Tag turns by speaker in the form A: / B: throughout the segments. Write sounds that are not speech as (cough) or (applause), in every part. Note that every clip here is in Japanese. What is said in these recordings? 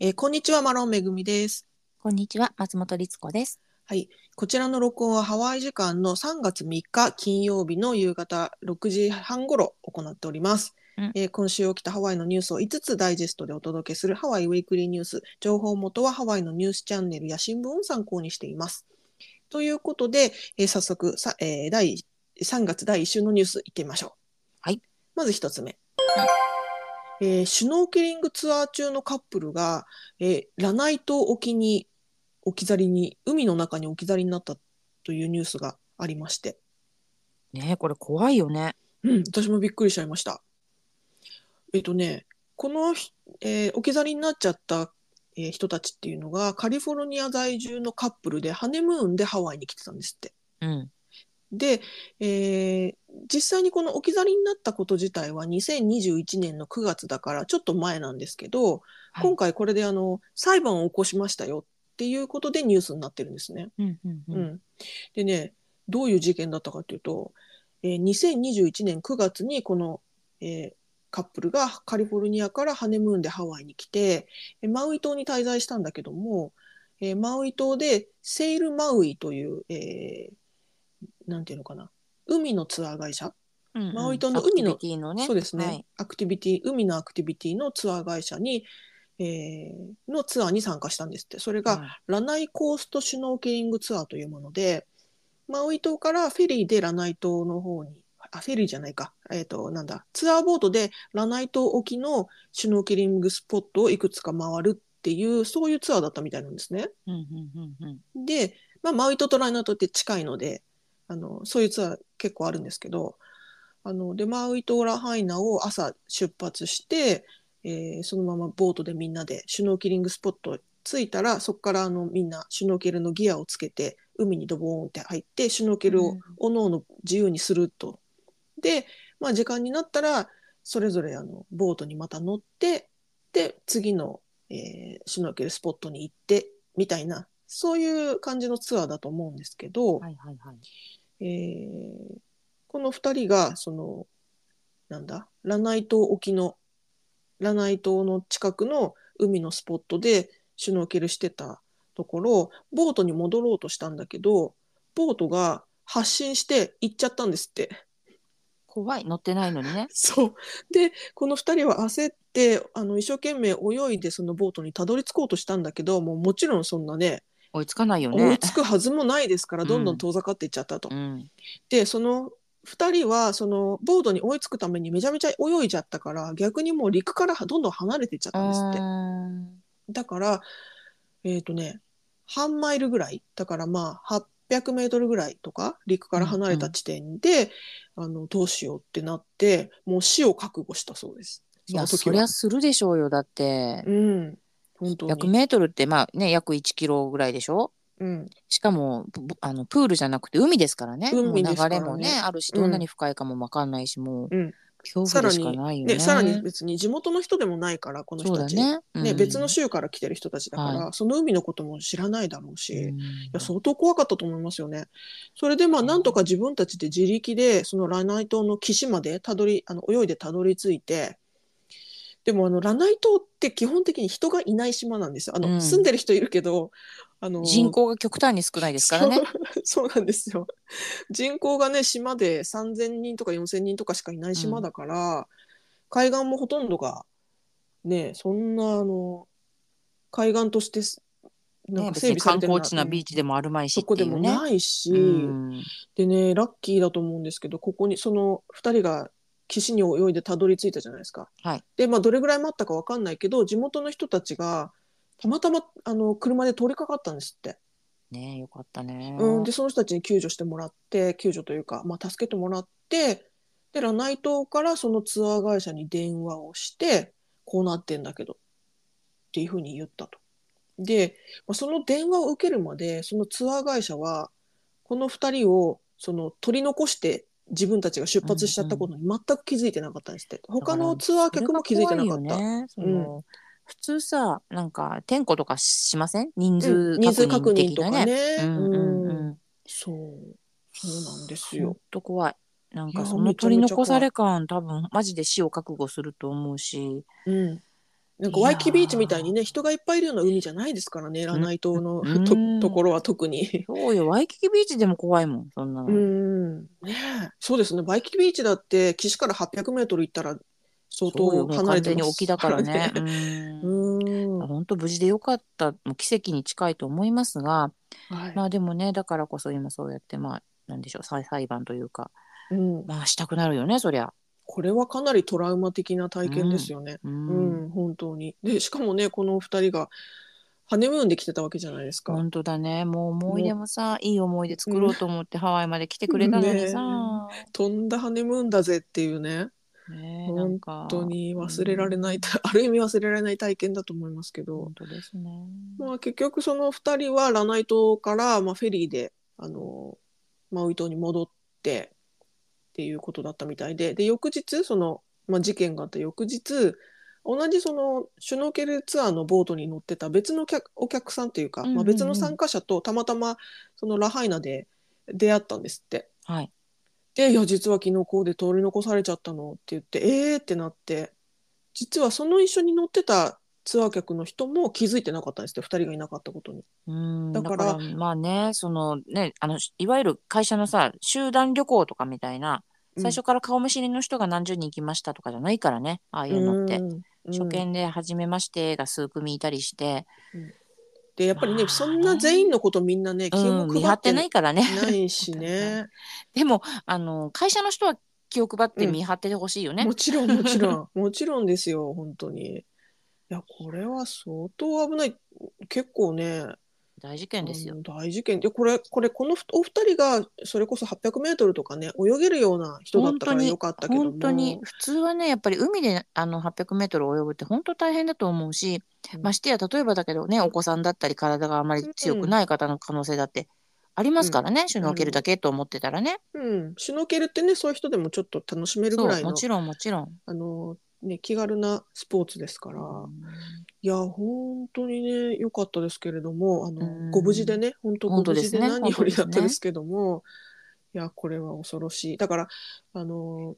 A: えーこんにちは、マロンめぐみです。
B: こんにちは、松本律子です。
A: はい。こちらの録音はハワイ時間の3月3日金曜日の夕方6時半頃行っております。
B: うん
A: えー今週起きたハワイのニュースを5つダイジェストでお届けするハワイウェイクリーニュース。情報元はハワイのニュースチャンネルや新聞を参考にしています。ということで、えー早速さ、えー第3月第1週のニュースいってみましょう。
B: はい。
A: まず1つ目。えーシュノーケリングツアー中のカップルが、えーラナイ島沖に置き去りに海の中に置き去りになったというニュースがありまして、
B: ねえこれ怖いよね。
A: うん、私もびっくりしちゃいました。えっとねこのひ、えー置き去りになっちゃった、えー人たちっていうのがカリフォルニア在住のカップルでハネムーンでハワイに来てたんですって。
B: うん。
A: で、えー実際にこの置き去りになったこと自体は2021年の9月だからちょっと前なんですけど、
B: はい
A: 今回これであの裁判を起こしましたよっていうことでニュースになってるんですね。
B: うんうん
A: う
B: う。
A: んん、でねどういう事件だったかというと、えー2021年9月にこの、えーカップルがカリフォルニアからハネムーンでハワイに来てえーマウイ島に滞在したんだけども、えーマウイ島でセイルマウイという、えーなんていうのかな海のツアー会社、
B: うんうん
A: マウイ島の海の
B: アクティビティのね。
A: そうですね、
B: はい
A: アクティビティ海のアクティビティのツアー会社に、えーのツアーに参加したんですってそれが、ラナイコーストシュノーケリングツアーというもので、マウイ島からフェリーでラナイ島の方に、あ、フェリーじゃないか、えっ、と、なんだ、ツアーボートでラナイ島沖のシュノーケリングスポットをいくつか回るっていう、そういうツアーだったみたいなんですね。
B: うんうんうんうんうん。
A: で、まあ、マウイ島とラナイ島って近いので、あの、そういうツアー結構あるんですけど、あの、で、マウイ島ラハイナを朝出発して、えーそのままボートでみんなでシュノーキリングスポット着いたら、そこからあのみんなシュノーケルのギアをつけて、海にドボーンって入って、シュノーケル
B: う
A: を
B: ん
A: おのおの自由にすると。で、まあ、時間になったら、それぞれあのボートにまた乗って、で、次の、えーシュノーケルスポットに行って、みたいな、そういう感じのツアーだと思うんですけど、
B: はいはいはい。
A: えーこの2人がそのなんだラナイ島沖のラナイ島の近くの海のスポットでシュノーケルしてたところボートに戻ろうとしたんだけどボートが発進して行っちゃったんですって。
B: 怖い乗ってないのにね。
A: そうでこの2人は焦ってあの一生懸命泳いでそのボートにたどり着こうとしたんだけどもうもちろんそんなね
B: (laughs) 追いつかないよ
A: 追い
B: ね。
A: つくはずもないですから
B: うん
A: どんどん遠ざかっていっちゃったと。
B: うん。
A: でその2人はそのボードに追いつくためにめちゃめちゃ泳いじゃったから逆にもう陸からどんどん離れていっちゃったんです
B: あ
A: って
B: ー
A: だからえっ、とね半マイルぐらいだからまあ800メートルぐらいとか陸から離れた地点で、あのどうしようってなってもう死を覚悟したそうです
B: い
A: その
B: や
A: 時
B: そり
A: は
B: ゃするでしょうよだって。
A: うん本当
B: 100
A: に、
B: メートルってまあね約1キロぐらいでしょ。
A: うん、
B: しかもぼあのプールじゃなくて海ですからね。
A: 海ですからね
B: もう流れもねあるし
A: うん
B: どんなに深いかもわかんないし、もう
A: うん
B: 恐怖でしかないよね。
A: ねさらに別に地元の人でもないからこの人
B: そうだ
A: たち、
B: ね。うん
A: ね別の州から来てる人たちだから、
B: は
A: その海のことも知らないだろうし、
B: う
A: い
B: ん
A: や相当怖かったと思いますよね。それでまあなんとか自分たちで自力でそのラナイ島の岸までたどりあの泳いでたどり着いてでもあのラナイ島って基本的に人がいない島なんですよ。あの
B: うん
A: 住んでる人いるけどあの
B: 人口が極端に少ないですからね。
A: (laughs) そうそうなんですよ。人口がね島で3,000人とか4,000人とかしかいない島だから、海岸もほとんどがねそんなあの海岸としてすなん
B: ね、
A: か
B: 別
A: 整備
B: に
A: さ
B: 観
A: れてる
B: 光地なビーチで
A: も
B: もあるまいし
A: そ
B: っ
A: こ
B: て
A: で
B: い
A: も
B: うね。
A: ないし、
B: うん
A: でねラッキーだと思うんですけどここにその2人が岸に泳いでたどり着いたじゃないですか。
B: はい
A: でまあどれぐらい待ったかわかんないけど地元の人たちがたまたまあの車で通りかかったんですって。
B: ねよかったね。
A: うん、でその人たちに救助してもらって救助というか、まあ、助けてもらってでラナイ島からそのツアー会社に電話をしてこうなってんだけどっていうふうに言ったと。で、まあ、その電話を受けるまでそのツアー会社はこの2人をその取り残して自分たちが出発しちゃったことに全く気づいてなかったんですって、他のツアー客も気づいてなかった。
B: ね、そ
A: うん
B: の普通さなんか点呼とかしません人
A: うん
B: 数
A: 人数
B: 確
A: 確
B: 認
A: 認
B: 的
A: と
B: な
A: か
B: ね。
A: ね。
B: うんうんう
A: うん
B: ん、
A: そうそうなんです
B: ほん
A: よ。
B: と怖い。なん
A: い
B: か
A: や
B: そ
A: め
B: の
A: ちゃめちゃ怖い
B: 取り残され感多分マジで死を覚悟すると思うし
A: うんなんかワイキビーチみたいにね人がいっぱいいるような海じゃないですからねラナイ島のと
B: う
A: (laughs)
B: ん
A: ところは特に。
B: そうよ、ワイキキビーチでも怖いもん、そんなの。
A: うんねえそうですねワイキビーチだって岸から800メートル行ったら相
B: そうよ
A: 当
B: もう
A: 離れ
B: 完
A: て
B: 全に
A: ます
B: 沖だからね。
A: からね (laughs)
B: うん
A: うんは
B: 本当無事でよかったもう奇跡に近いと思いますが、
A: い
B: まあでもねだからこそ今そうやってまあなんでしょう再裁判というか
A: うん、
B: まあしたくなるよねそりゃ。
A: これはかなりトラウマ的な体験ですよね。
B: う、
A: うんん本当にでしかもねこのお二人がハネムーンで来てたわけじゃないですか。
B: 本当だねもう思い出もさ、いい思い出作ろうと思ってハワイまで来てくれたのにさ、
A: 飛んだハネムーンだぜっていうね
B: ねえなんか
A: 本当に忘れられない、 (laughs) ある意味忘れられない体験だと思いますけど、
B: 本当ですね。
A: まあ、結局その2人はラナイ島から、まあ、フェリーであのマウイ島に戻ってっていうことだったみたいでで翌日その、まあ、事件があった翌日同じそのシュノーケルツアーのボートに乗ってた別の客お客さんというか、
B: うんうんう
A: まあ、
B: ん
A: 別の参加者とたまたまそのラハイナで出会ったんですって。
B: はい。
A: で「いや実は昨日こうで取り残されちゃったの」って言って「えー!」ってなって実はその一緒に乗ってたツアー客の人も気づいてなかったんですって2人がいなかったことに。
B: うん
A: だ
B: だ
A: か
B: かららまあねそのねあのいわゆる会社のさ集団旅行とかみたいな最初から顔見知りの人が何十人行きましたとかじゃないからねああいうのって。
A: うん
B: 初見で「初めまして」が数組いたりして、
A: でやっぱりね
B: まあ
A: そんな全員のことみんなね気
B: う
A: を
B: ん、見張
A: 配
B: っ
A: って
B: て
A: な
B: ないいからね
A: しね
B: (laughs) でもあの会社の人は気を配って
A: うん
B: 見張っててほしいよ (laughs) ね、
A: もちろんもちろんもちろんですよ本当に。いやこれは相当危ない結構ね
B: 大事件ですよ、
A: うん大事件でこれこれこのふお二人がそれこそ 800m とかね泳げるような人だったからよかったけども
B: 本当に普通はねやっぱり海であの 800m 泳ぐって本当大変だと思う
A: う
B: し、
A: ん
B: ましてや例えばだけどねお子さんだったり体があまり強くない方の可能性だってありますからね、シュノーケルだけと思ってたらね、
A: うん、シュノーケルってねそういう人でもちょっと楽しめるぐ
B: そ
A: ら
B: う
A: い
B: も
A: の
B: ちろんもちろん。
A: あの、ね、気軽なスポーツですから、いや本当にね良かったですけれどもあの、
B: うん
A: ご無事でね本当ご無事で
B: 本当ですね
A: 何よりだった
B: 本当ですね
A: ですけども、いやこれは恐ろしいだからあの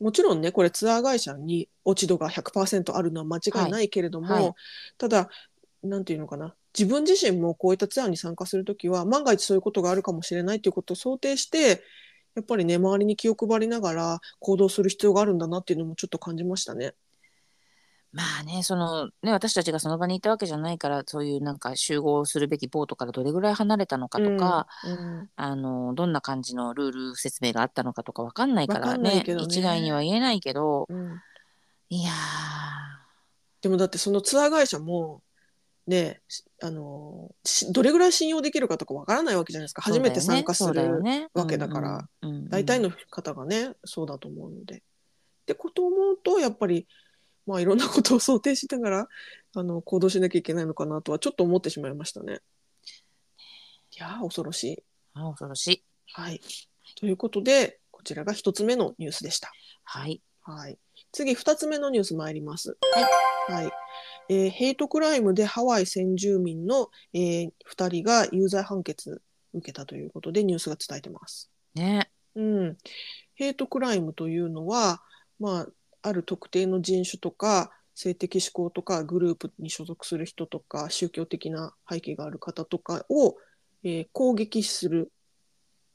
A: もちろんねこれツアー会社に落ち度が100%あるのは間違いないけれども、
B: はいはい
A: ただなんていうのかな自分自身もこういったツアーに参加するときは万が一そういうことがあるかもしれないということを想定してやっぱりね周りに気を配りながら行動する必要があるんだなっていうのもちょっと感じましたね。
B: まあね、そのね、私たちがその場にいたわけじゃないから、そういうなんか集合するべきボートからどれぐらい離れたのかとか、
A: うん
B: あの、どんな感じのルール説明があったのかとかわかんないか
A: わ
B: ら
A: かんな
B: ね
A: いけどね
B: 一概には言えないけど、
A: うん
B: いや
A: でもだってそのツアー会社もねしあのしどれぐらい信用できるかとかわからないわけじゃないですか
B: ー、
A: 初めて参加す
B: そうだよ
A: る
B: ね
A: わけだから、
B: そうよねうんうんうんうん
A: 大体の方がねそうだと思うので。ってことを思うとやっぱり、まあ、いろんなことを想定しながらあの行動しなきゃいけないのかなとはちょっと思ってしまいましたね。いやー恐ろしい。
B: あ恐ろしい。
A: はい、ということでこちらが1つ目のニュースでした。
B: はい。
A: はい、次2つ目のニュース参ります。はいえーヘイトクライムでハワイ先住民の、え2人が有罪判決受けたということでニュースが伝えてます。
B: ね。
A: うん、ヘイトクライムというのは、まあ、ある特定の人種とか性的指向とかグループに所属する人とか宗教的な背景がある方とかを、えー攻撃する、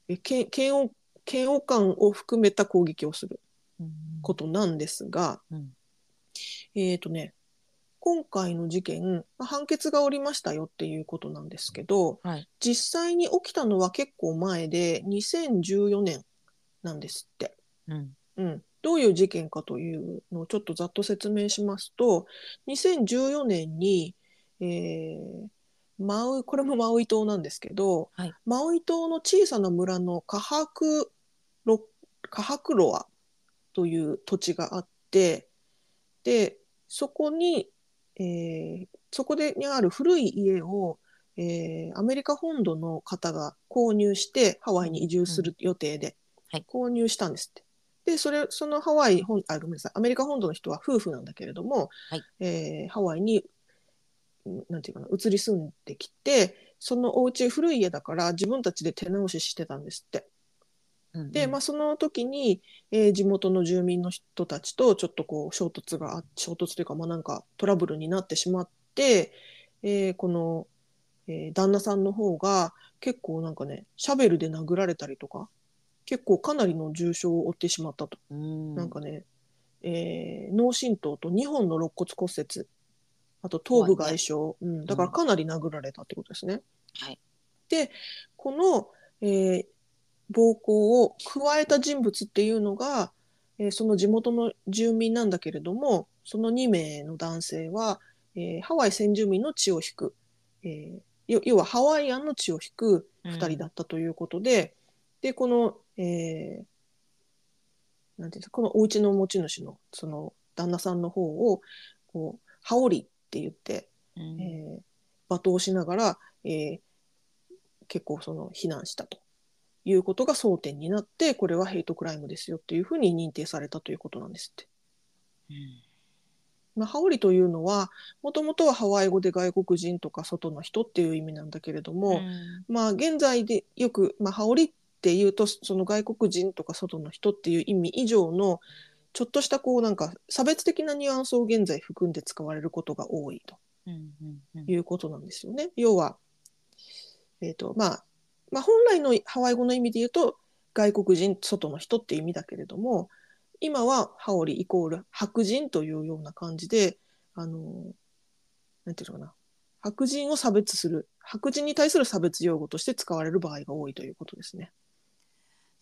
A: えーけん嫌悪嫌悪感を含めた攻撃をする。ことなんですが、
B: うん
A: えっ、とね今回の事件まあ判決がおりましたよっていうことなんですけど、
B: はい
A: 実際に起きたのは結構前で2014年なんですって。
B: うん。
A: うん、どういう事件かというのをちょっとざっと説明しますと2014年に、えーマウイこれもマウイ島なんですけど、
B: はい
A: マウイ島の小さな村のカハクロカハクロアという土地があってでそこに、えーそこでにある古い家を、えーアメリカ本土の方が購入してハワイに移住する予定で、
B: はい
A: 購入したんですって。でそれそのハワイ本あごめんなさいアメリカ本土の人は夫婦なんだけれども、
B: はい
A: えーハワイにうんなんていうかな移り住んできてそのお家古い家だから自分たちで手直ししてたんですって。
B: うん
A: で、まあ、その時に、えー地元の住民の人たちとちょっとこう衝突があ衝突というか、まあ、なんかトラブルになってしまって、えーこの、えー旦那さんの方が結構なんかねシャベルで殴られたりとか結構かなりの重傷を負ってしまったと、
B: うん
A: なんかね、えー脳震盪と2本の肋骨骨折あと頭部
B: 怖い
A: 外
B: ね
A: 傷、うん、だからかなり殴られたってことですね。
B: はい
A: この、えー暴行を加えた人物っていうのが、えーその地元の住民なんだけれどもその2名の男性は、えーハワイ先住民の血を引く、えーよ要はハワイアンの血を引く
B: うん
A: 2人だったということで、でこの、えーなんていうんですかこのお家の持ち主のその旦那さんの方をこう羽織って言って
B: うん
A: えー罵倒しながら、えー結構その非難したということが争点になってこれはヘイトクライムですよというふうに認定されたということなんですって。
B: うん
A: まあ、ハオリというのはもともとはハワイ語で外国人とか外の人っていう意味なんだけれども、
B: うん
A: まあ現在でよく、まあ、羽織っていうとその外国人とか外の人っていう意味以上のちょっとしたこうなんか差別的なニュアンスを現在含んで使われることが多いと。
B: うんうんうん
A: いうことなんですよね。要は、えーとまあまあ、本来のハワイ語の意味で言うと外国人外の人っていう意味だけれども今はハオリイコール白人というような感じであのなんていうのかな白人を差別する白人に対する差別用語として使われる場合が多いということですね。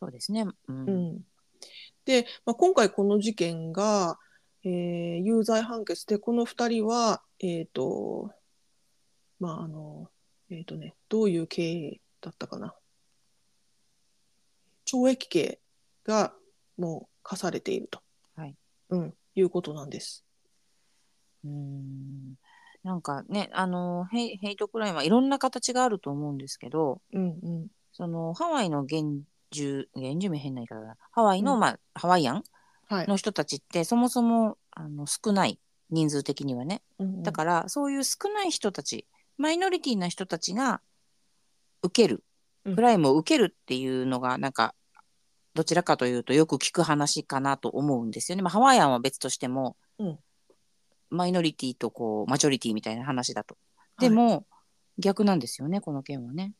B: そうですね。うん
A: うん、で、まあ、今回この事件が、えー有罪判決でこの2人はえっ、とまああのえっ、とねどういう経緯だったかな懲役刑がもう課されていると、
B: はい
A: うん、いうことなんです。
B: うんなんかね、あのヘイ、ヘイトクライムはいろんな形があると思うんですけど、
A: うんうん
B: その、ハワイの現住、現住民変な言い方だな。ハワイの、
A: うん
B: まあ、ハワイアン
A: はい、
B: の人たちって、そもそも、あの、少ない、人数的にはね。
A: うんうん
B: だから、そういう少ない人たち、マイノリティな人たちが、受ける
A: うん、
B: クライムを受けるっていうのが、なんか、どちらかというと、よく聞く話かなと思うんですよね。まあ、ハワイアンは別としても、
A: うん
B: マイノリティとこう、マジョリティみたいな話だと。
A: はい
B: でも、逆なんですよね、この件はね。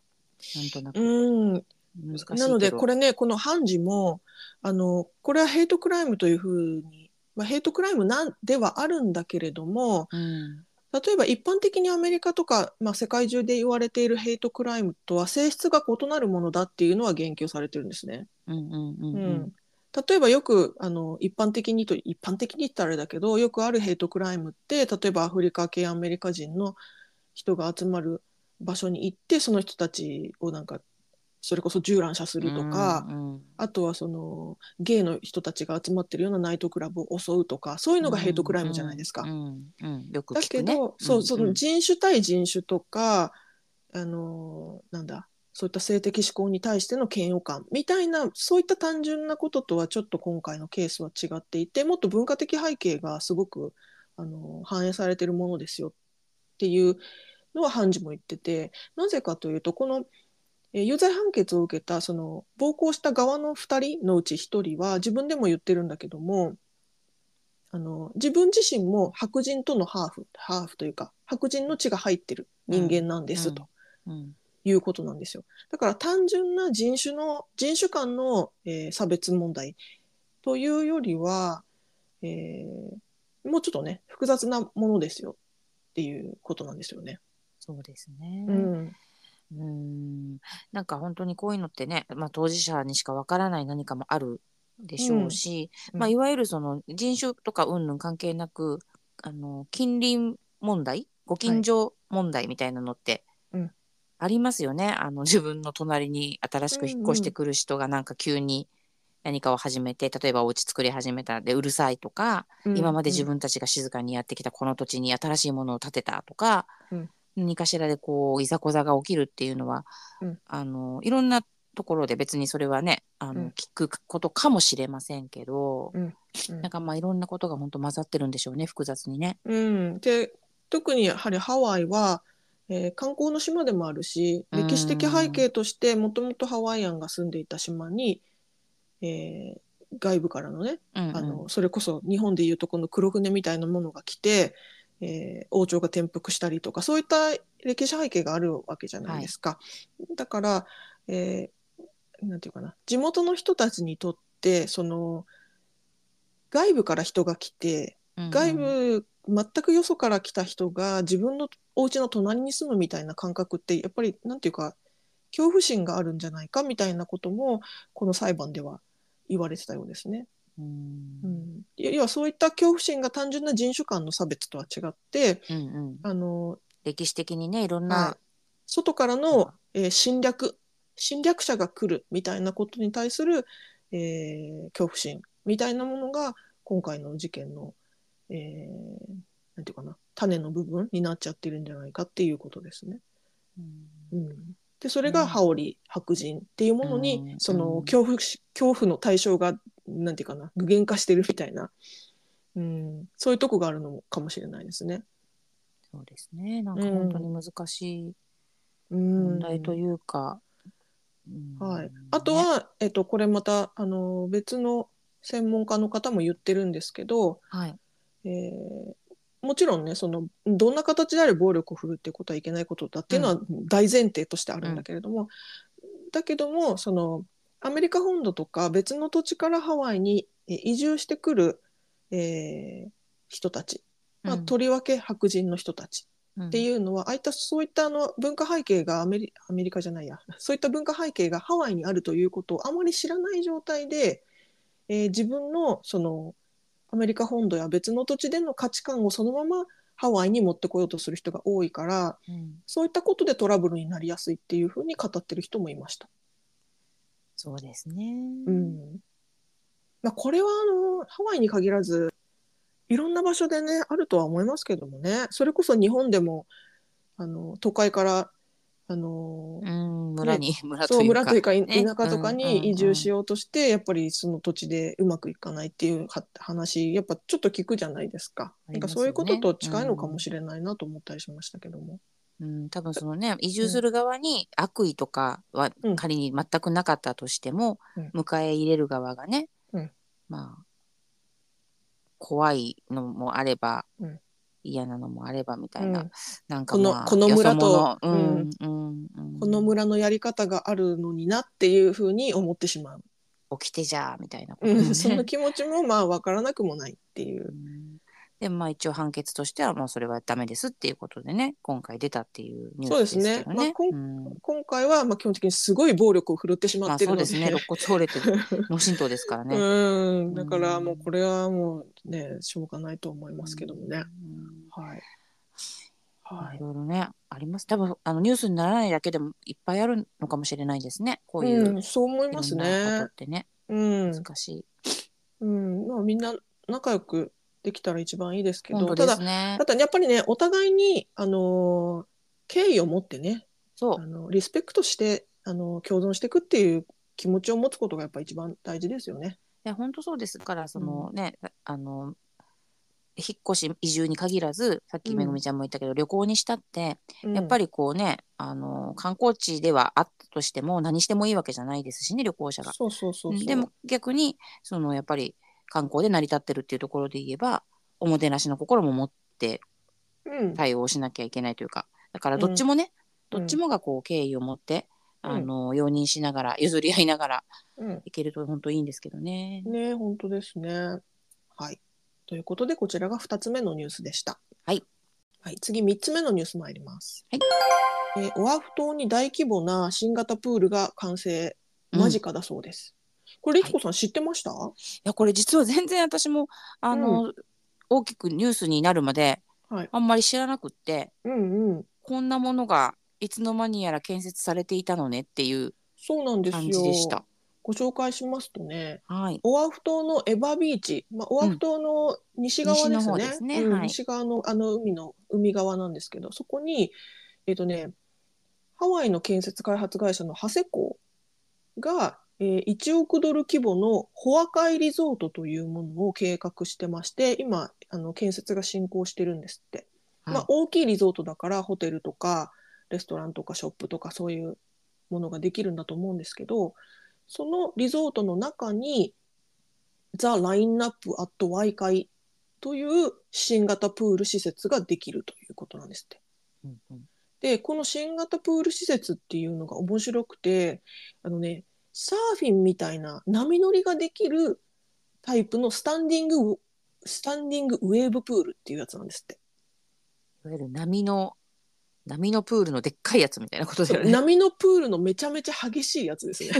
B: なんとなく
A: うん
B: 難しいけど。
A: なのでこれねこの判事もあのこれはヘイトクライムというふうに、まあ、ヘイトクライムなんではあるんだけれども
B: うん、
A: 例えば一般的にアメリカとか、まあ、世界中で言われているヘイトクライムとは性質が異なるものだっていうのは言及されてるんですね。
B: うんうんう
A: う
B: んうんん、
A: 例えばよくあの一般的にと一般的にってあれだけどよくあるヘイトクライムって例えばアフリカ系アメリカ人の人が集まる場所に行ってその人たちをなんかそれこそ銃乱射するとか、
B: うんうん
A: あとはそのゲイの人たちが集まってるようなナイトクラブを襲うとかそういうのがヘイトクライムじゃないですか。
B: うんうんよく
A: だ
B: 聞
A: け
B: く
A: ど、
B: ね。
A: そうその
B: ん
A: 人種対人種とか、あのーなんだそういった性的指向に対しての嫌悪感みたいなそういった単純なこととはちょっと今回のケースは違っていてもっと文化的背景がすごく、あのー反映されてるものですよっていうのは判事も言っててなぜかというとこの、えー有罪判決を受けたその暴行した側の2人のうち1人は自分でも言ってるんだけども、あの自分自身も白人とのハーフハーフというか白人の血が入ってる人間なんです、
B: うん
A: と
B: うん
A: いうことなんですよだから単純な人種の人種間の、えー差別問題というよりは、えーもうちょっとね複雑なものですよっていうことなんですよね。
B: そうですね。
A: うん
B: うーんなんか本当にこういうのってね、まあ、当事者にしかわからない何かもあるでしょうし、
A: うん
B: まあ、
A: うん
B: いわゆるその人種とか云々関係なくあの近隣問題ご近所問題みたいなのって
A: うん
B: ありますよね、あの自分の隣に新しく引っ越してくる人がなんか急に何かを始めて例えばお家作り始めたでうるさいとか、今まで自分たちが静かにやってきたこの土地に新しいものを建てたとか、
A: うん
B: 何かしらでこういざこざが起きるっていうのは、
A: うん
B: あのいろんなところで別にそれはねあの、
A: うん
B: 聞くことかもしれませんけど、
A: うん
B: なんかまあいろんなことが本当混ざってるんでしょうね複雑にね。
A: うん、で特にやはりハワイは、えー観光の島でもあるし
B: うん
A: 歴史的背景としてもともとハワイアンが住んでいた島に、えー外部からのね、
B: うんうん
A: あのそれこそ日本でいうとこの黒船みたいなものが来て、えー王朝が転覆したりとかそういった歴史背景があるわけじゃないですか。だから、えーなんていうかな地元の人たちにとってその外部から人が来て
B: うんうん
A: 外部全くよそから来た人が自分のお家の隣に住むみたいな感覚ってやっぱりなんていうか恐怖心があるんじゃないかみたいなこともこの裁判では言われてたようですね。
B: うん
A: う、ん、いや要はそういった恐怖心が単純な人種間の差別とは違って
B: うんうん、
A: あの、
B: 歴史的にねいろん
A: は、
B: ない
A: 外から
B: うん
A: の、えー侵略侵略者が来るみたいなことに対する、えー恐怖心みたいなものが今回の事件の、えーなんていうかな種の部分になっちゃってるんじゃないかっていうことですね。
B: うん
A: うん、でそれ
B: うん
A: が羽織白人っていうものに、
B: うん
A: そうの
B: ん
A: 恐怖し恐怖の対象がなんていうかな具現化してるみたいな、うん、そういうとこがあるのもかもしれないですね。
B: そうですねなんか本当に難しい
A: うん
B: 問題というか、うん
A: はい、あとは、えっと、これまたあの別の専門家の方も言ってるんですけど、
B: はい
A: えーもちろんねそのどんな形であれ暴力を振るってことはいけないことだっていうのは大前提としてあるんだけれども、だけどもそのアメリカ本土とか別の土地からハワイにえー移住してくる、えー人たち、まあ、
B: うん
A: とりわけ白人の人たちっていうのは、ああいったそういったあの文化背景がアメリアメリカじゃないや (laughs) そういった文化背景がハワイにあるということをあまり知らない状態で、えー自分のそのアメリカ本土や別の土地での価値観をそのままハワイに持ってこようとする人が多いから
B: うん、うん
A: そういったことでトラブルになりやすいっていうふうに語ってる人もいました。
B: そうですね、
A: うんまあ、これはあのハワイに限らずいろんな場所でねあるとは思いますけどもねそれこそ日本でもあの都会からあの、
B: うん、村に、 (laughs) 村と
A: そう
B: いう
A: 村
B: か
A: というかい
B: ね
A: 田舎とか
B: うんうんうん
A: に移住しようとして、やっぱりその土地でうまくいかないっていうは話やっぱちょっと聞くじゃないですか
B: あ
A: な
B: り
A: んか
B: ますよね
A: そういうことと近いのかもしれないなと思ったりしましたけども。
B: うん、多分そのね移住する側に悪意とかは
A: うん
B: 仮に全くなかったとしても、
A: うん
B: 迎え入れる側がね、
A: うん
B: まあ怖いのもあれば、
A: うん
B: 嫌なのもあればみたいな、
A: うん
B: なんか、まあ、
A: このこの村と
B: よそ者うんうんうん、
A: この村のやり方があるのになっていうふうに思ってしまう、
B: 起きてじゃあみたいなこと
A: う
B: もね
A: ん、その気持ちもまあ分からなくもないっていう
B: うんでまあ一応判決としてはもうそれはダメですっていうことでね今回出たっていうニュースですけどね。
A: そうですね
B: ん
A: 今回はまあ基本的にすごい暴力を振るってし
B: ま
A: まっ
B: あ
A: てるの
B: そう
A: で,、 (laughs)
B: ですね肋骨折れて脳震盪ですからね。
A: うんだから
B: うん
A: もうこれはもうねしょうがないと思いますけどもね、
B: うん
A: はい、
B: まあ
A: はいい
B: ろいろねあります多分あのニュースにならないだけでもいっぱいあるのかもしれないですねこういう、
A: うん、そう思い
B: いろ
A: ます
B: んなこと
A: ね
B: っ。てね
A: うん
B: 難しい、
A: うんまあ、みんな仲良くできたら一番いいですけど
B: 本当
A: た
B: です
A: だ
B: ね
A: ただやっぱりねお互いに、あのー敬意を持ってね
B: そ
A: あのリスペクトして、あの共存していくっていう気持ちを持つことがやっぱ一番大事ですよね。
B: ういや本当そうですからそのね、あの引っ越し移住に限らずさっき
A: うん
B: めぐみちゃんも言ったけど、旅行にしたってやっぱ
A: り、
B: りこうねあの観光地ではあったとしても何してもいいわけじゃないですしね旅行者が。
A: そうそうそうそう
B: でも逆にそのやっぱり観光で成り立ってるっていうところで言えばおもてなしの心も持って
A: うん
B: 対応しなきゃいけないというかだからどっちもね、
A: うん
B: どっちもがこう敬意を持って、
A: うん
B: あの容認しながら譲り合いながら
A: うん
B: いけると本当いいんですけどね。
A: ね本当ですね。はい。ということで、こちらが2つ目のニュースでした。
B: はい。
A: はい、次、3つ目のニュース参ります。
B: はい
A: えーオアフ島に大規模な新型プールが完成、
B: うん
A: 間近だそうです。これ、りつこさん知ってました、はい
B: やこれ実は全然私もあの、大きくニュースになるまで
A: い、
B: あんまり知らなくって
A: うんうん。
B: こんなものがいつの間にやら建設されていたのねっていう
A: そうなんですよ。
B: 感じでした。
A: ご紹介しますとね、
B: はい、
A: オアフ島のエバビーチ、まあ、オアフ島の西側です
B: 西の方
A: ね。
B: ですね
A: うん
B: はい
A: 西側のあの海の海側なんですけど、そこにえっ、とね、ハワイの建設開発会社のハセコが、えー、1億ドル規模のホアカイリゾートというものを計画してまして、今あの建設が進行してるんですって。ま
B: は
A: あ
B: い、
A: 大きいリゾートだからホテルとかレストランとかショップとかそういうものができるんだと思うんですけど、そのリゾートの中に、ザ・ラインナップ・アット・ワイカイという新型プール施設ができるということなんですって。
B: うんうん
A: で、この新型プール施設っていうのが面白くて、あのね、サーフィンみたいな波乗りができるタイプのスタンディングウ、スタンディングウェーブプールっていうやつなんですって。
B: いわゆる波の波のプールのでっかいやつみたいなことだよね。
A: 波のプールのめちゃめちゃ激しいやつです
B: (laughs)
A: ね。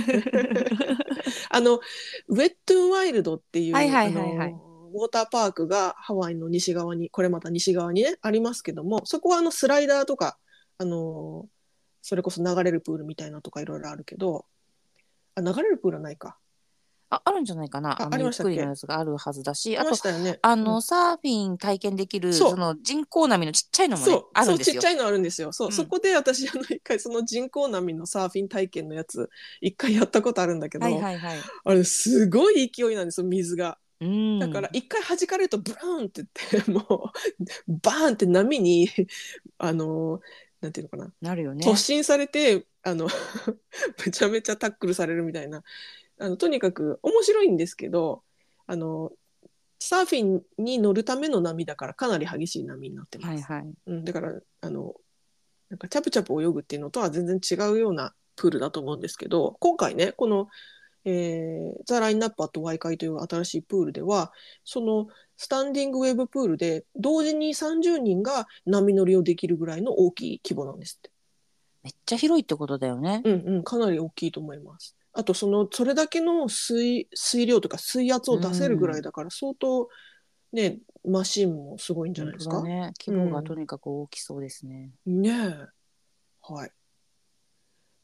A: あのウェットゥンワイルドっていう、
B: はいはいはいはい
A: あのウォーターパークがハワイの西側にこれまた西側にねありますけどもそこはあのスライダーとかあのそれこそ流れるプールみたいなとかいろいろあるけどあ流れるプールはないか
B: ああるんじゃないかな。
A: あ
B: あの
A: あり
B: ゆっ
A: ましたっけ
B: くりのやつがあるはずだし、
A: あ
B: あ
A: り
B: と
A: ましたよね。
B: あ
A: う
B: の、
A: ん
B: サーフィン体験できる、
A: そう
B: その人工波のちっちゃいのも、ね
A: そう、
B: ある
A: そ
B: ん
A: う
B: で
A: ち
B: す
A: っ
B: よ
A: ち。ゃいのあるんですよ。そう、
B: うん
A: そこで私あの一回その人工波のサーフィン体験のやつ一回やったことあるんだけど、
B: はいはいはい。
A: あれすごい勢いなんですよ水が。
B: うん。
A: だから一回弾かれるとブラーンって言っても (laughs) うバーンって波に (laughs) あのなんていうのかな、
B: なるよね。
A: 突進されてあの (laughs) めちゃめちゃタックルされるみたいなあのとにかく面白いんですけどあのサーフィンに乗るための波だからかなり激しい波になってます。
B: はいはい。
A: うん、だからあのなんかチャプチャプ泳ぐっていうのとは全然違うようなプールだと思うんですけど今回ねこの、えーザ・ラインナップアットワイカイという新しいプールではそのスタンディングウェーブプールで同時に30人が波乗りをできるぐらいの大きい規模なんですって。
B: めっちゃ広いってことだよね。
A: うんうん、かなり大きいと思います。あとそのそれだけの水水量とか水圧を出せるぐらいだから相当ね、マシンもすごいんじゃないです
B: 本
A: か。
B: 当だね。規模がとにかく大きそうですね。
A: ねえ。はい。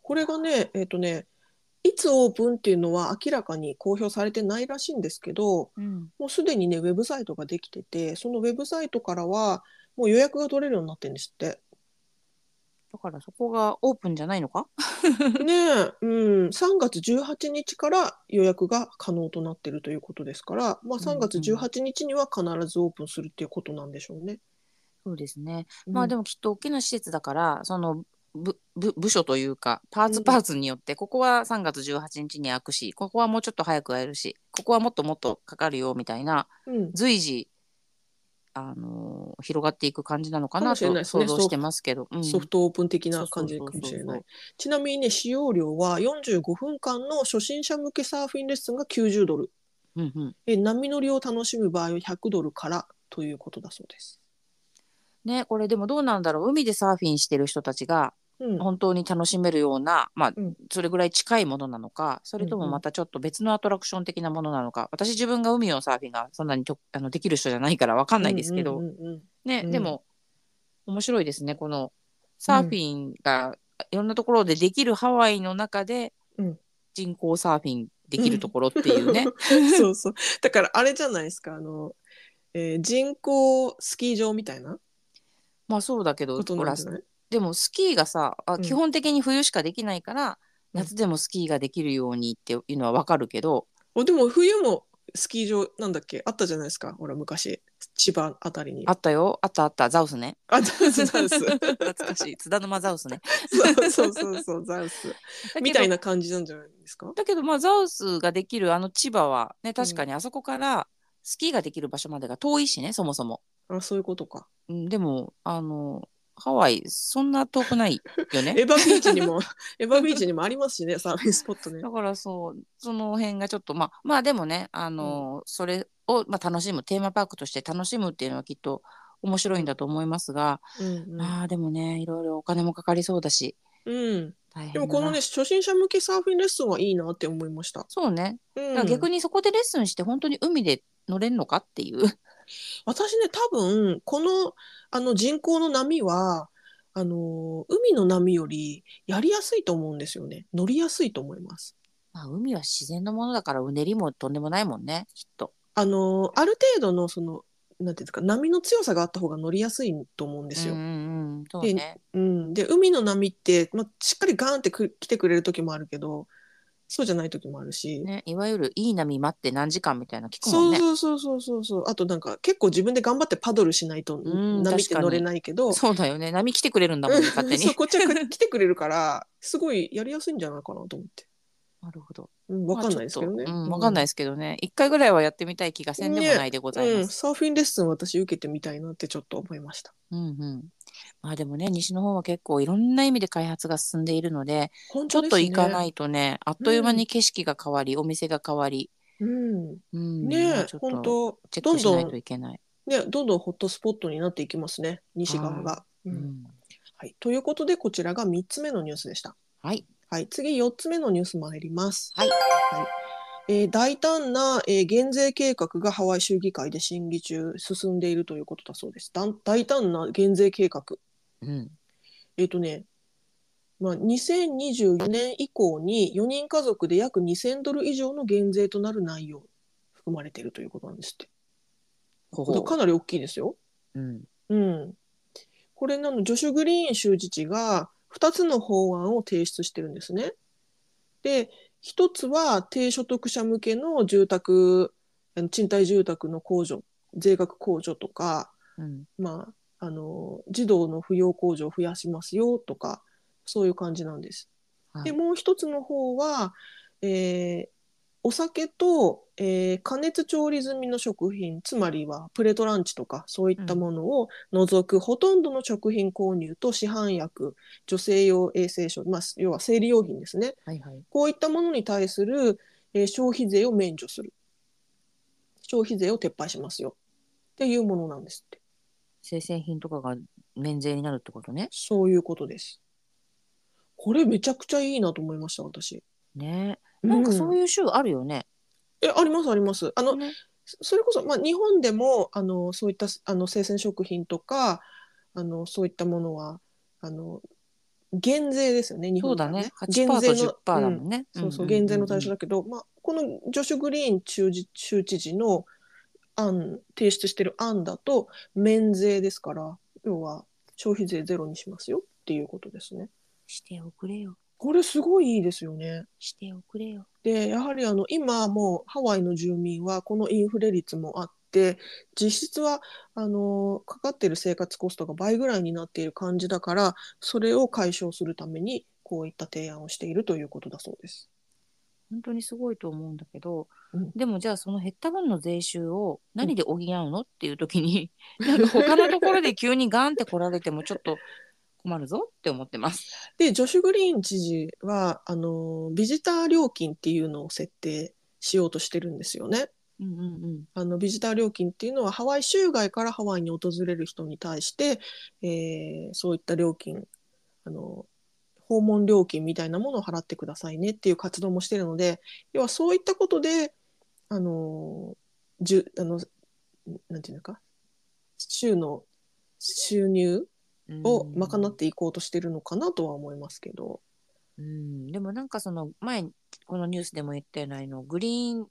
A: これがね、えっ、とね、いつオープンっていうのは明らかに公表されてないらしいんですけど、
B: うん。
A: もうすでにね、ウェブサイトができてて、そのウェブサイトからは、もう予約が取れるようになってるんです (laughs) って。
B: だからそこがオープンじゃないのか
A: ねえ、うん、3月18日から予約が可能となってるということですから、まあ、3月18日には必ずオープンするっていうことなんでしょうね。
B: そうですね。まあで
A: も、
B: もきっと大きな施設だから、その、ぶぶ部署というかパー
A: う
B: ツ
A: ん
B: パーツによってここは3月18日に開くしここはもうちょっと早くやるしここはもっともっとかかるよみたいな
A: うん、
B: 随時、あのー広がっていく感じなのか
A: かも
B: な
A: しれない
B: と
A: ですね
B: 想像してますけど、うん
A: ソフトオープン的な感じかもしれない。ちなみにね、使用料は45分間の初心者向けサーフィンレッスンが90ドル。
B: うんうん、
A: え波乗りを楽しむ場合は100ドルからということだそうです。
B: ねこれでもどうなんだろう海でサーフィンしてる人たちが
A: うん、
B: 本当に楽しめるような、まあ
A: うん
B: それぐらい近いものなのかそれと
A: うん
B: も
A: うん
B: またちょっと別のアトラクション的なものなのか、私自分が海のサーフィンがそんなにとあのできる人じゃないからわかんないですけど、
A: うんうんうん
B: ね、
A: うん
B: でも面白いですねこのサーフィンがいろんなところでできるハワイの中で
A: うん
B: 人工サーフィンできるところっていうね、
A: うん (laughs) そうそう。だからあれじゃないですか、あの、えー人工スキー場みたいな
B: まあそうだけど
A: こと
B: ほ
A: なん
B: ら
A: じゃない
B: でもスキーがさあ
A: うん
B: 基本的に冬しかできないから、夏でもスキーができるようにっていうのはわかるけど、
A: おでも冬もスキー場なんだっけあったじゃないですか、ほら昔、千葉あたりに。
B: あったよあったあったザウスね
A: あザ (laughs) ウス、ザウス。
B: (laughs) 懐かしい津田沼ザウスね
A: (laughs) そうそうそうそう、ザウス。みたい
B: な
A: な感じなんじゃないですか
B: だけどまあザウスができるあの千葉はね確かにあそこからスキーができる場所までが遠いしねそもそも
A: あそういうことか。
B: うんでもあのハワイそんな遠くない
A: (laughs)
B: よね
A: エヴァビーチに
B: (laughs)
A: もエヴァビーチにもありますしねサーフィンスポットね
B: だ。から (laughs) そうその辺がちょっとまあまあでもねあの、それを、まあ、楽しむテーマパークとして楽しむっていうのはきっと面白いんだと思いますが、
A: うんうん
B: まあでもねいろいろお金もかかりそうだし
A: うん、
B: 大変
A: で
B: だ
A: も
B: な
A: このね初心者向けサーフィンレッスンはいいなって思いました。
B: そうね
A: う
B: だ
A: ん
B: から逆にそこでレッスンして本当に海で乗れんのかっていう (laughs)
A: 私ね多分このあの人工の波はあのー海の波よりやりやすいと思うんですよね乗りやすいと思います。
B: まあ海は自然のものだからうねりもとんでもないもんねきっと
A: あのーある程度のそのなんていうんですか波の強さがあった方が乗りやすいと思うんですよ。
B: うんうんうんそうね
A: うん、で海の波って、まあ、しっかりガーンってく来てくれる時もあるけどそうじゃない時もあるし、
B: ねいわゆるいい波待って何時間みたいなの聞くも
A: そ
B: ん
A: う
B: ね
A: そうそうそうそうそうあとなんか結構自分で頑張ってパドルしないと
B: ん
A: 波って
B: 確かに
A: 乗れないけど、うん、
B: (laughs) そうだよね。波来てくれるんだもん、ね、
A: (laughs)
B: 勝手に
A: そう。こっちは来てくれるからすごいやりやすいんじゃないかなと思って。
B: なるほど。
A: うん、わかんないですけどね。
B: まあちょっとうん、わかんない
A: い
B: ですけどね。一回ぐらいはやってみたい気がせんでも
A: ね
B: ないでござい
A: うん、
B: ます。
A: サーフィンレッスン私受けてみたいなってちょっと思いました。
B: うん、うん、まあでもね、西の方は結構いろんな意味で開発が進んでいるので、
A: 本
B: ちょ
A: 当で
B: っ
A: す
B: と
A: ね。。
B: 行かないいとね、あっという間に景色が変わり、お店が変わり、
A: うん、
B: うん、
A: ねえ、
B: ちょっ
A: 本
B: と
A: 当
B: チェッ
A: ど
B: ク
A: ん
B: し
A: ど
B: ないと
A: ん
B: いけない。
A: ねどんどんホットスポットになっていきますね。西側が。う
B: うんん
A: はい。ということでこちらが三つ目のニュースでした。
B: はい、
A: はい、次四つ目のニュース参ります。
B: はい
A: はい。えー大胆な、えー減税計画がハワイ州議会で審議中進んでいるということだそうです。だん大胆な減税計画。
B: うん、
A: えっ、とね、まあ、2024年以降に4人家族で約2000ドル以上の減税となる内容含まれているということなんですって。
B: ほ
A: これか
B: ほ
A: なり大きいですよ。
B: うん、
A: うん。これなの、ジョシュ・グリーン州知事が2つの法案を提出してるんですね。で、1つは低所得者向けの住宅、あの賃貸住宅の控除、税額控除とか、
B: うん、
A: まあ、あの児童の扶養控除を増やしますよとかそういう感じなんです。
B: はい
A: でもう一つの方は、えーお酒と、えー加熱調理済みの食品つまりはプレートランチとかそういったものを除く、ほとんどの食品購入と市販薬女性用衛生書、まあ、要は生理用品ですね
B: はいはい、
A: こういったものに対する、えー消費税を免除する消費税を撤廃しますよっていうものなんですって。
B: 生鮮品とかが免税になるってことね。
A: そういうことです。これめちゃくちゃいいなと思いました、私。
B: ね、なんかそう
A: うん
B: いう州あるよね。
A: え、あります、あります。あの、
B: ね
A: そそれこそ、まあ、日本でも、あの、そういった、あの、生鮮食品とか。あの、そういったものは、あの。減税ですよね、日
B: そう
A: 本
B: だ
A: は
B: ね。8%
A: 減
B: と
A: 税の
B: 10%、だも
A: うん
B: んね。
A: そうそう、
B: んんん
A: 減税の対象だけど、まあ、このジョシュ・グリーン州知州知事の案、提出してる案だと、免税ですから、要は消費税ゼロにしますよっていうことですね。
B: しておくれよ。
A: これすごいいいですよね。
B: しておくれよ。
A: でやはりあの今もうハワイの住民はこのインフレ率もあって実質はあのかかってる生活コストが倍ぐらいになっている感じだからそれを解消するためにこういった提案をしているということだそうです。
B: 本当にすごいと思うんだけど、
A: うん
B: でもじゃあその減った分の税収を何で補うのっていう時に、 (laughs) なんか他のところで急にガンって来られてもちょっと困るぞって思ってます。
A: でジョシュ・グリーン知事はあのビジター料金っていうのを設定しようとしてるんですよね。
B: うんうんうん。
A: あのビジター料金っていうのはハワイ州外からハワイに訪れる人に対して、えーそういった料金あの訪問料金みたいなものを払ってくださいねっていう活動もしてるので要はそういったことであのじゅあのなんていうのか州の収入を賄っていこうとしてるのかなとは思いますけど。
B: うん、でもなんかその前このニュースでも言ったようなあのグリーン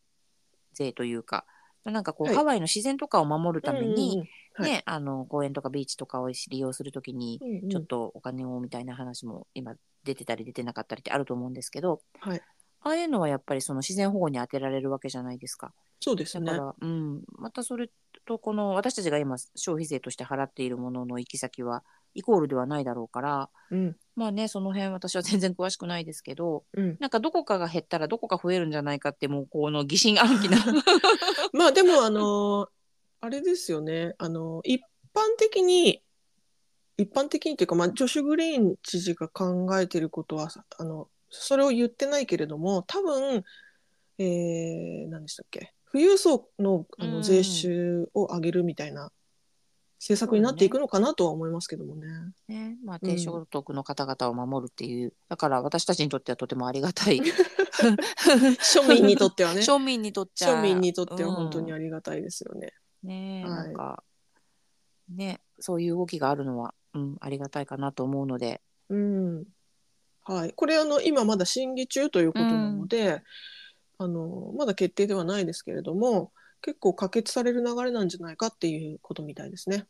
B: 税というかなんかこう、
A: はい
B: ハワイの自然とかを守るために、
A: うんうん
B: ねあの公園とかビーチとかを利用するときに
A: うんうんうん
B: ちょっとお金をみたいな話も今出てたり出てなかったりってあると思うんですけど、
A: はい
B: ああいうのはやっぱりその自然保護に充てられるわけじゃないですか。
A: そうです
B: だ
A: ね
B: か。ら、うん、またそれとこの私たちが今消費税として払っているものの行き先はイコールではないだろうから、
A: うん
B: まあね、その辺私は全然詳しくないですけど、
A: うん
B: なんかどこかが減ったらどこか増えるんじゃないかってもうこの疑心暗鬼な
A: まあでもあのあれですよねあの一般的に一般的にというか、まあ、ジョシュ・グリーン知事が考えてることはあのそれを言ってないけれども多分、えー、何でしたっけ富裕層のあ
B: う
A: の
B: ん
A: 税収を上げるみたいな政策になっていくのかなとは思いますけどもね。
B: (laughs) ね、まあ、
A: うん
B: 低所得の方々を守るっていう、だから私たちにとってはとてもありが (laughs) たい
A: 庶民にとってはね
B: 庶民にとっちゃ
A: 庶民にとっては本当に
B: う
A: ありがたいですよね。
B: んね、
A: はい
B: なんかねそういう動きがあるのは、うん、ありがたいかなと思うので、
A: うんはい、これあの今まだ審議中ということなので、あのまだ決定ではないですけれども結構可決される流れなんじゃないかっていうことみたいですね。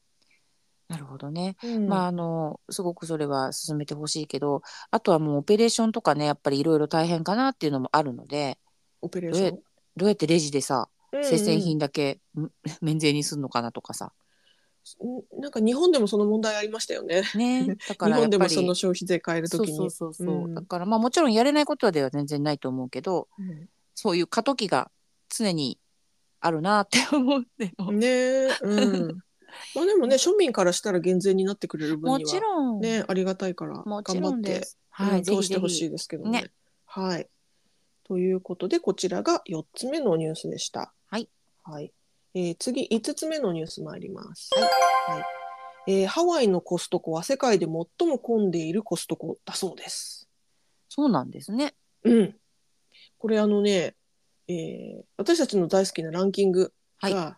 B: なるほどね
A: うん
B: まああのすごくそれは進めてほしいけどあとはもうオペレーションとかねやっぱりいろいろ大変かなっていうのもあるので
A: オペレーション、
B: どうやってレジでさ
A: うんうん
B: 生鮮品だけん (laughs) 免税にするのかなとかさ
A: うんなんか日本でもその問題ありましたよね。 (laughs)
B: ねだか
A: 日
B: らや
A: 本
B: っ
A: で
B: ぱ
A: も
B: り
A: その消費税変えると
B: そう
A: きに
B: そうそうそう
A: うん
B: だからまあもちろんやれないことでは全然ないと思うけど
A: うん
B: そういう過渡期が常にあるなって思うんで
A: ねえ、うん。まあでもね、庶民からしたら減税になってくれる分には、
B: もちろん、
A: ね、ありがたいから、頑
B: もちろ
A: 張っ
B: ん
A: て
B: で、す。はい、
A: うんそうしてほし
B: ぜ
A: いですけどね。
B: ね
A: はい。ということで、こちらが4つ目のニュースでした。
B: はい。
A: はい。えー次、5つ目のニュース参ります。はい。えーハワイのコストコは世界で最も混んでいるコストコだそうです。
B: ひそうなんですね。
A: うん。これあのね、えー私たちの大好きなランキングが、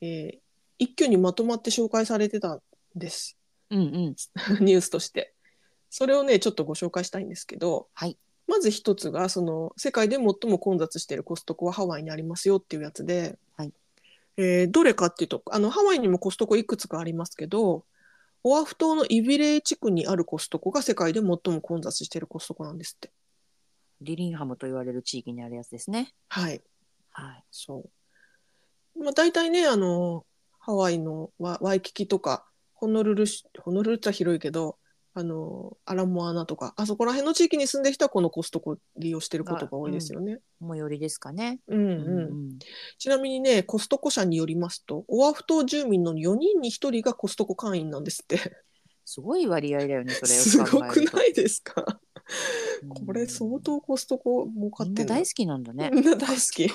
A: えー一挙にまとまって紹介されてたんです。
B: うんうん。
A: (laughs) ニュースとして。それをね、ちょっとご紹介したいんですけど、
B: はい
A: まず一つが、その、世界で最も混雑しているコストコはハワイにありますよっていうやつで、
B: はい
A: えーどれかっていうと、あの、ハワイにもコストコいくつかありますけど、オアフ島のイビレイ地区にあるコストコが世界で最も混雑しているコストコなんですって。
B: リリンハムと言われる地域にあるやつですね。
A: はい。
B: はい。
A: そう。まあ、大体ね、あの、ハワイのワワイキキとか、ホノルルし、ホノルルっちゃ広いけど、あの、アラモアナとか、あそこら辺の地域に住んでる人はこのコストコを利用してることが多いですよね。
B: 最寄りですかね。
A: うん
B: う
A: うん。ちなみにね、コストコ社によりますと、オアフ島住民の4人に1人がコストコ会員なんですって。
B: すごい割合だよね、それを
A: すご
B: 考え
A: く
B: ると
A: ないですか
B: うん
A: これ相当コストコ儲かっ
B: みん
A: て
B: な
A: る
B: 大好きなんだね。
A: みんな大好き。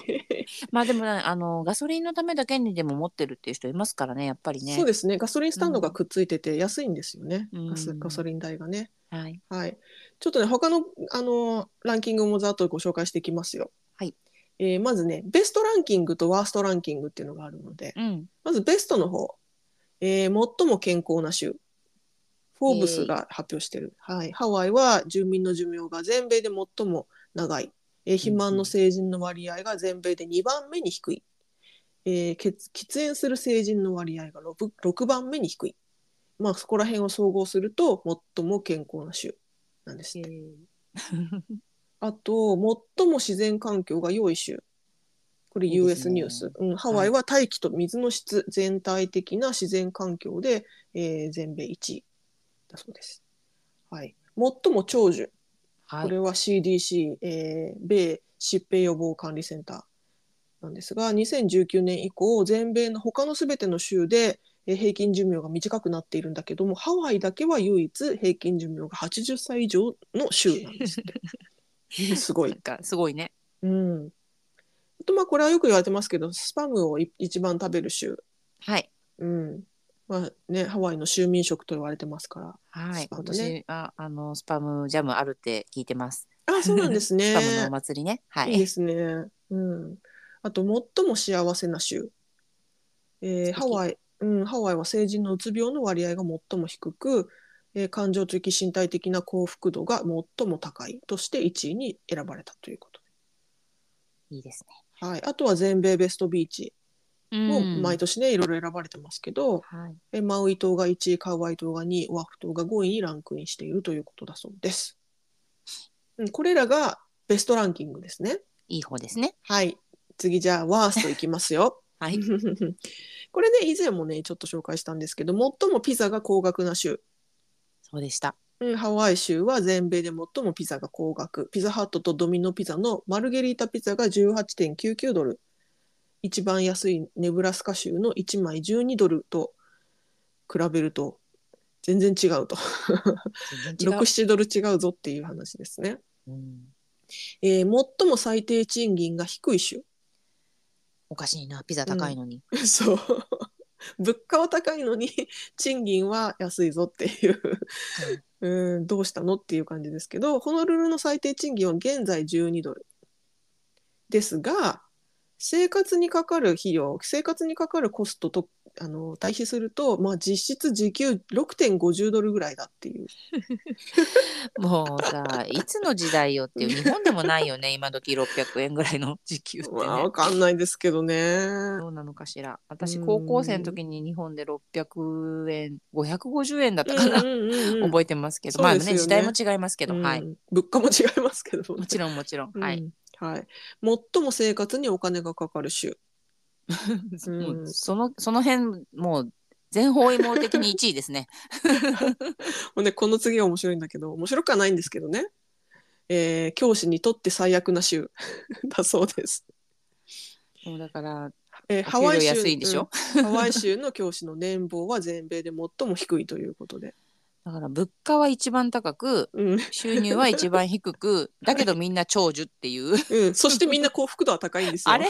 B: まあでもね、あの、ガソリンのためだけにでも持ってるっていう人いますからね、やっぱりね。
A: そうですね。ガソリンスタンドがくっついてて安いんですよね。
B: うん
A: ガスガソリン代がね。
B: はい。
A: はい。ちょっとね、他の、あの、ランキングもざっとご紹介していきますよ。
B: はい。
A: えーまずね、ベストランキングとワーストランキングっていうのがあるので、
B: うん。
A: まずベストの方、えー最も健康な州、フォーブスが発表してる。はい。ハワイは住民の寿命が全米で最も長い。えー肥満の成人の割合が全米で2番目に低い。えー血喫煙する成人の割合が 6, 6番目に低い。まあ、そこら辺を総合すると、最も健康な州なんです
B: え
A: って。
B: ー
A: あと、最も自然環境が良い州。これ
B: いいで
A: US
B: すね
A: ニュース。うん、ハワイは大気と水の質、全体的な自然環境で、えー全米1位だそうです。はい。最も長寿。
B: は
A: こ
B: い。
A: れは CDC、えー米疾病予防管理センターなんですが、2019年以降、全米の他のすべての州で、えー平均寿命が短くなっているんだけども、ハワイだけは唯一平均寿命が80歳以上の州なんです
B: (laughs)
A: って。すご
B: ないん。かすごいね。
A: うん。あとまあこれはよく言われてますけど、スパムをい一番食べる州。
B: はい。
A: うん。まあね、ハワイの州民食と言われてますか
B: は
A: ス
B: い。
A: パム
B: 今
A: ね
B: 年は、あの、スパムジャムあるって聞いてます。
A: ら。あ、そうなんですね。
B: (laughs) スパムのお祭りね。はい。
A: いいですね。うん。あと、最も幸せな州。えー
B: 素敵
A: ハワイ、うん、ハワイは成人のうつ病の割合が最も低く、えー感情的身体的な幸福度が最も高いとして1位に選ばれたということ
B: いいですね。
A: で。はい。あとは全米ベストビーチも
B: うん
A: 毎年ね、いろいろ選ばれてますけど、
B: はい。
A: えーマウイ島が1位、カワイ島が2位、オアフ島が5位にランクインしているということだそうです。うん、これらがベストランキングですね。
B: いい方ですね。
A: はい。次じゃあ、ワーストいきます
B: (laughs)
A: よ。
B: はい。
A: これね、以前もね、ちょっと紹介したんですけど、最もピザが高額な州。
B: そうでした。
A: うん、ハワイ州は全米で最もピザが高額。ピザハットとドミノピザのマルゲリータピザが18.99ドル。一番安いネブラスカ州の1枚12ドルと比べると全然違うと。6、
B: 全然違う。
A: 7ドル違うぞっていう話ですね。
B: うん
A: えー最も最低賃金が低い州。
B: おかしいな。ピザ高いのに。
A: (laughs) そう。物価は高いのに (laughs) 賃金は安いぞっていううんどうしたのっていう感じですけどホノルルの最低賃金は現在12ドルですが生活にかかる費用生活にかかるコストとあの対比すると、まあ、実質時給6.50ドルぐらいだっていう
B: もうさ、いつの時代よっていう、日本でもないよね、今時600円ぐらいの時給ってね。
A: まあ (laughs) わかんないですけどね
B: どうなのかしら。私、
A: うん
B: 高校生の時に日本で600円、550円だったかな、
A: (laughs) 覚
B: (laughs) 覚えてますけど、
A: そう
B: まあ
A: で
B: ね
A: すよね
B: 時代も違いますけど、はい。
A: 物価も違いますけどね
B: もちろん、もちろん。
A: うん
B: は
A: はい
B: い。
A: 最も生活にお金がかかる州ん
B: もうその、その辺、もう、全方位網的に1位ですね。
A: (laughs) もうねこの次は面白いんだけど面白くはないんですけどね、えー教師にとって最悪な州 (laughs) だそうです。
B: もうだから、
A: えー
B: お給料
A: ハワイ州
B: 安いでしょ、
A: うんハワイ州の教師の年俸は全米で最も低いということで、
B: だから物価は一番高く、
A: うん
B: 収入は一番
A: (laughs)
B: 低く、だけどみんな長寿っていう。
A: うん、そしてみんな幸福度は高いんですよ。
B: あれ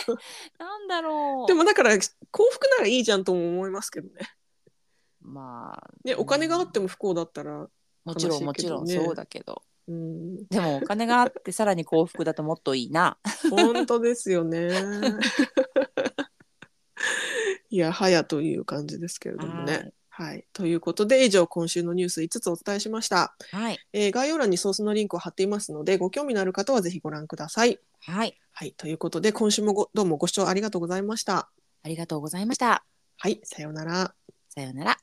B: なんだろう。
A: でもだから幸福ならいいじゃんとも思いますけどね。
B: まあ、
A: ねお金があっても不幸だったら、
B: もちろんも
A: 悲しい
B: ち
A: け
B: ろ
A: ど
B: ん
A: ね
B: そうだけど。
A: うん、
B: でもお金があってさらに幸福だともっといいな。
A: (laughs) 本当ですよ (laughs) ね。いやはやという感じですけれどもね。はい、ということで以上今週のニュース5つお伝えしました、
B: はい。
A: えー概要欄にソースのリンクを貼っていますのでご興味のある方はぜひご覧ください。
B: はい。
A: はい、ということで今週もごどうもご視聴ありがとうございました。
B: ありがとうございました。
A: はい、さようなら。
B: さようなら。